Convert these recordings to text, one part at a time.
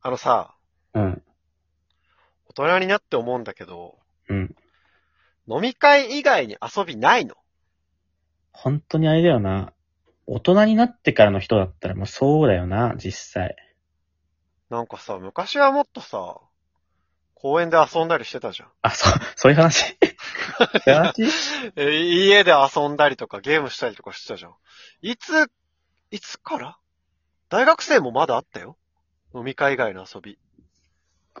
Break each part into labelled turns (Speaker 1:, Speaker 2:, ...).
Speaker 1: あのさ、
Speaker 2: うん。
Speaker 1: 大人になって思うんだけど、
Speaker 2: うん。
Speaker 1: 飲み会以外に遊びないの
Speaker 2: 本当にあれだよな。大人になってからの人だったらもうそうだよな、実際。
Speaker 1: なんかさ、昔はもっとさ、公園で遊んだりしてたじゃん。
Speaker 2: あ、そう、そうい う話そういう話
Speaker 1: え家で遊んだりとかゲームしたりとかしてたじゃん。いつ、いつから大学生もまだあったよ。飲み会以外の遊び。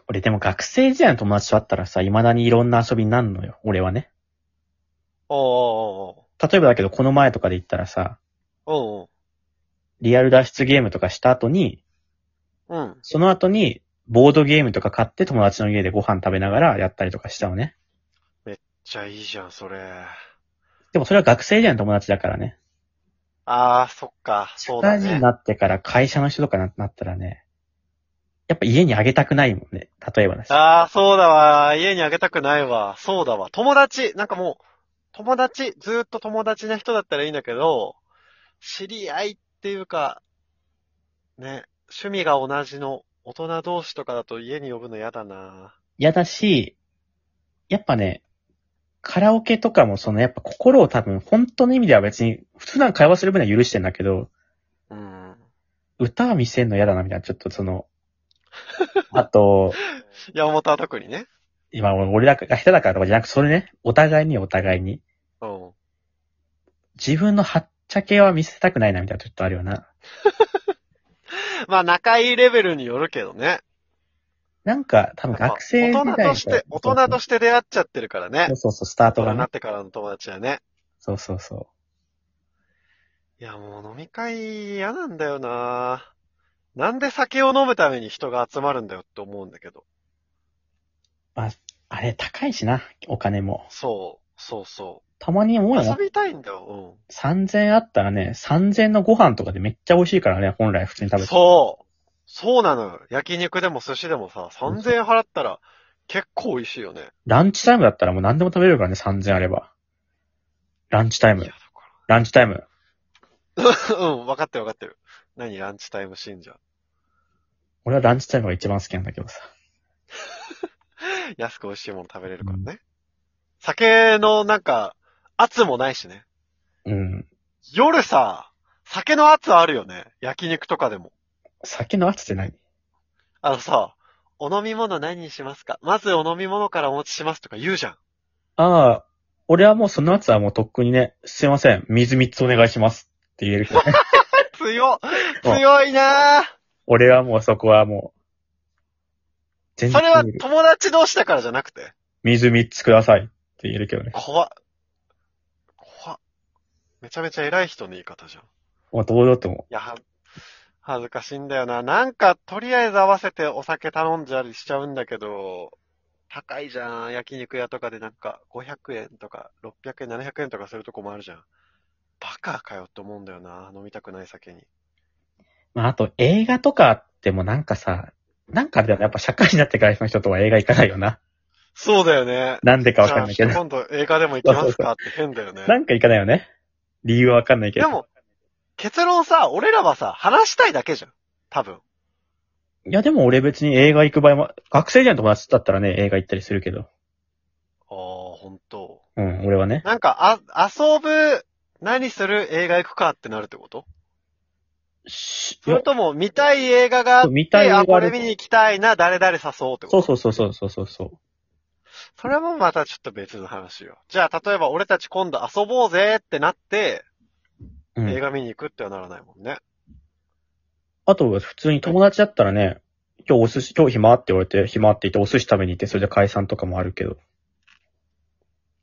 Speaker 2: 俺でも学生時代の友達と会ったらさ、未だにいろんな遊びになるのよ、俺はね。
Speaker 1: ああ、あ
Speaker 2: 例えばだけどこの前とかで言ったらさ、
Speaker 1: あ、うん
Speaker 2: リアル脱出ゲームとかした後に、
Speaker 1: うん。うん。
Speaker 2: その後にボードゲームとか買って友達の家でご飯食べながらやったりとかしたのね。
Speaker 1: じゃあいいじゃん、それ。
Speaker 2: でもそれは学生時代の友達だからね。
Speaker 1: ああ、そっか、そうだ
Speaker 2: 大事に
Speaker 1: ね。
Speaker 2: なってから会社の人とかななったらね、やっぱ家にあげたくないもんね。例えばだし。
Speaker 1: ああ、そうだわ。家にあげたくないわ。そうだわ。友達、なんかもう、友達、ずーっと友達な人だったらいいんだけど、知り合いっていうか、ね、趣味が同じの大人同士とかだと家に呼ぶの嫌だな。
Speaker 2: 嫌だし、やっぱね、カラオケとかもそのやっぱ心を多分本当の意味では別に普段会話する分には許してんだけど、
Speaker 1: うん。
Speaker 2: 歌は見せんの嫌だなみたいな、ちょっとそ の、あと、
Speaker 1: 山本は特にね。
Speaker 2: 今俺らが下手だからとかじゃなくそれね、お互いにお互いに、
Speaker 1: うん。
Speaker 2: 自分のはっちゃけは見せたくないなみたいなちょっとあるよな。
Speaker 1: まあ、仲いいレベルによるけどね。
Speaker 2: なんか多分
Speaker 1: やっぱ
Speaker 2: 学生時代
Speaker 1: 大人として、大人と
Speaker 2: し
Speaker 1: して出会っちゃってるからね
Speaker 2: そう。そうそう、スター
Speaker 1: 大
Speaker 2: ト
Speaker 1: 人
Speaker 2: が
Speaker 1: にな
Speaker 2: ね
Speaker 1: っ。てからの友達はね。
Speaker 2: そうそうそう。
Speaker 1: いや、もう飲み会嫌なんだよななんで酒を飲むために人が集まるんだよって思うんだけど。
Speaker 2: あれ高いしな、お金も。
Speaker 1: そう、そうそ
Speaker 2: たまに思う
Speaker 1: う。
Speaker 2: よな
Speaker 1: 遊びたいんだよ、
Speaker 2: 3000あったらね、3000のご飯とかでめっちゃ美味しいからね、本来普通に
Speaker 1: う
Speaker 2: 食
Speaker 1: ん。
Speaker 2: べて。
Speaker 1: そうそうなのよ。焼肉でも寿司でもさ、3000円払ったら結構美味しいよね。
Speaker 2: ランチタイムだったらもう何でも食べれるからね、3000あれば。ランチタイ
Speaker 1: いや、
Speaker 2: ム
Speaker 1: だ、か
Speaker 2: ランチタイム。
Speaker 1: ら。 うん、分かってる分かってる。何、ランチタイム信者。
Speaker 2: 俺はランチタイムが一番好きなんだけどさ。
Speaker 1: 安く美味しいもの食べれるからね。酒のなんか、圧もないしね。
Speaker 2: うん。
Speaker 1: 夜さ、酒の圧あるよね。焼肉とかでも。
Speaker 2: 酒の圧って何
Speaker 1: あのさ、お飲み物何にしますかまずお飲み物からお持ちしますとか言うじゃん。
Speaker 2: ああ、俺はもうその圧はもうとっくにね、すいません、水3つお願いしますって言え る人ね。
Speaker 1: 強っ強いなぁ
Speaker 2: 俺はもうそこはもう、全
Speaker 1: それは
Speaker 2: 言える
Speaker 1: 友達同士だからじゃなくて。
Speaker 2: 水3つくださいって言えるけどね。
Speaker 1: 怖っ。怖っ。めちゃめちゃ偉い人の言い方じゃん。い
Speaker 2: もう堂々とも
Speaker 1: や、は恥ずかしいんだよな。なんか、とりあえず合わせてお酒頼んじゃりしちゃうんだけど、高いじゃん。焼肉屋とかでなんか、500円とか、600円、700円とかするとこもあるじゃん。バカかよって思うんだよな。飲みたくない酒に。
Speaker 2: まあ、あと映画とかってもなんかさ、なんかあれだよねやっぱ社会になってからの人とは映画行かないよな。
Speaker 1: そうだよね。
Speaker 2: なんでかわかんないけ
Speaker 1: じゃあ
Speaker 2: ど。
Speaker 1: 今度映画でも行きますかって変だよね。
Speaker 2: なんか行かないよね。理由はわかんないけ
Speaker 1: で
Speaker 2: ど。
Speaker 1: も、結論さ、俺らはさ、話したいだけじゃん。多分。
Speaker 2: いやでも俺別に映画行く場合も、学生時代の友達だったらね、映画行ったりするけど。
Speaker 1: ああ、本当。
Speaker 2: うん、俺はね。
Speaker 1: なんか、あ、遊ぶ、何する映画行くかってなるってこと
Speaker 2: し
Speaker 1: それとも、見たい映画があって、
Speaker 2: 見たい映画あ
Speaker 1: あ、
Speaker 2: る
Speaker 1: これ見に行きたいな、誰々誘おうって
Speaker 2: そ
Speaker 1: こと
Speaker 2: うそうそうそうそうそうそう。
Speaker 1: それもまたちょっと別の話よ。じゃあ、例えば俺たち今度遊ぼうぜってなって、
Speaker 2: う
Speaker 1: 映
Speaker 2: ん。
Speaker 1: 画見に行くってはならないもんね。
Speaker 2: あと、普通に友達だったらね、今日お寿司、今日暇って言われて、暇って言ってお寿司食べに行って、それで解散とかもあるけど。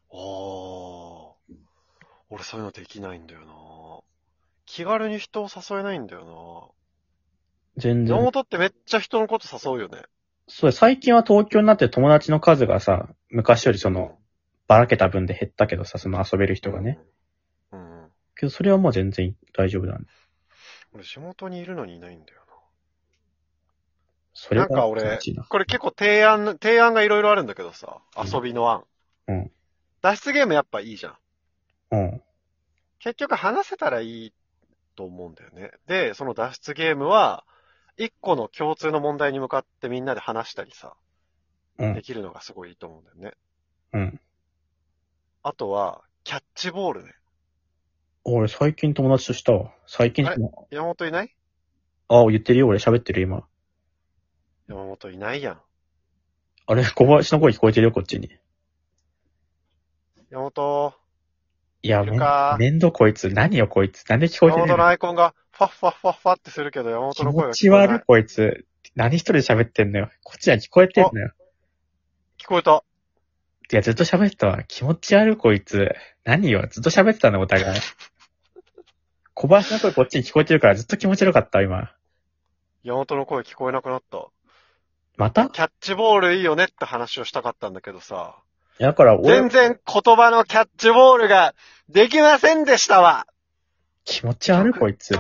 Speaker 1: おー。俺そういうのできないんだよな気軽に人を誘えないんだよ
Speaker 2: 全
Speaker 1: な山
Speaker 2: 然。
Speaker 1: 本ってめっちゃ人のこと誘うよね。
Speaker 2: そう、最近は東京になって友達の数がさ、昔よりその、ばらけた分で減ったけどさ、その遊べる人がね。。
Speaker 1: うん。うん
Speaker 2: けど、それはもう全然大丈夫だね。
Speaker 1: 俺地元にいるのにいないんだよ
Speaker 2: それは
Speaker 1: なんか俺
Speaker 2: 気持ちいいな
Speaker 1: な。これ結構提案、提案がいろいろあるんだけどさ、
Speaker 2: うん
Speaker 1: 遊びの案。
Speaker 2: うん。
Speaker 1: 脱出ゲームやっぱいいじゃん。
Speaker 2: うん。
Speaker 1: 結局話せたらいいと思うんだよね。で、その脱出ゲームは、一個の共通の問題に向かってみんなで話したりさ、
Speaker 2: うん
Speaker 1: できるのがすごいいいと思うんだよね。
Speaker 2: うん。
Speaker 1: あとは、キャッチボールね。
Speaker 2: 俺、最近友達としたわ。最近
Speaker 1: あれ山本いない
Speaker 2: ああ、言ってるよ、俺喋ってる今。
Speaker 1: 山本いないやん。
Speaker 2: あれ、小林の声聞こえてるよ、こっちに。
Speaker 1: 山本、
Speaker 2: いや、
Speaker 1: い
Speaker 2: め
Speaker 1: る
Speaker 2: ん
Speaker 1: か
Speaker 2: めんどこいつ。何よ、こいつ。なんで聞こえ
Speaker 1: 山本
Speaker 2: てる
Speaker 1: の
Speaker 2: の
Speaker 1: アイコンが、ファッファッファッファってするけど、山本
Speaker 2: 気
Speaker 1: の声
Speaker 2: 持
Speaker 1: が
Speaker 2: ち
Speaker 1: 聞こえ
Speaker 2: 悪
Speaker 1: ないい。、
Speaker 2: こいつ。何一人で喋ってんのよ。こっちは聞こえてんのよ。
Speaker 1: 聞こえた。
Speaker 2: いや、ずっと喋ってたわ。気持ち悪い、こいつ。何よ、ずっと喋ってたの、お互い。小林の声こっちに聞こえてるから、ずっと気持ち悪かった、今。
Speaker 1: 山本の声聞こえなくなった。
Speaker 2: またい
Speaker 1: キャッチボールいいよねって話をしたかったんだけどさ、
Speaker 2: やだから、俺
Speaker 1: 全、然言葉のキャッチボールができませんでしたわ
Speaker 2: 気持ち悪い、こいつ。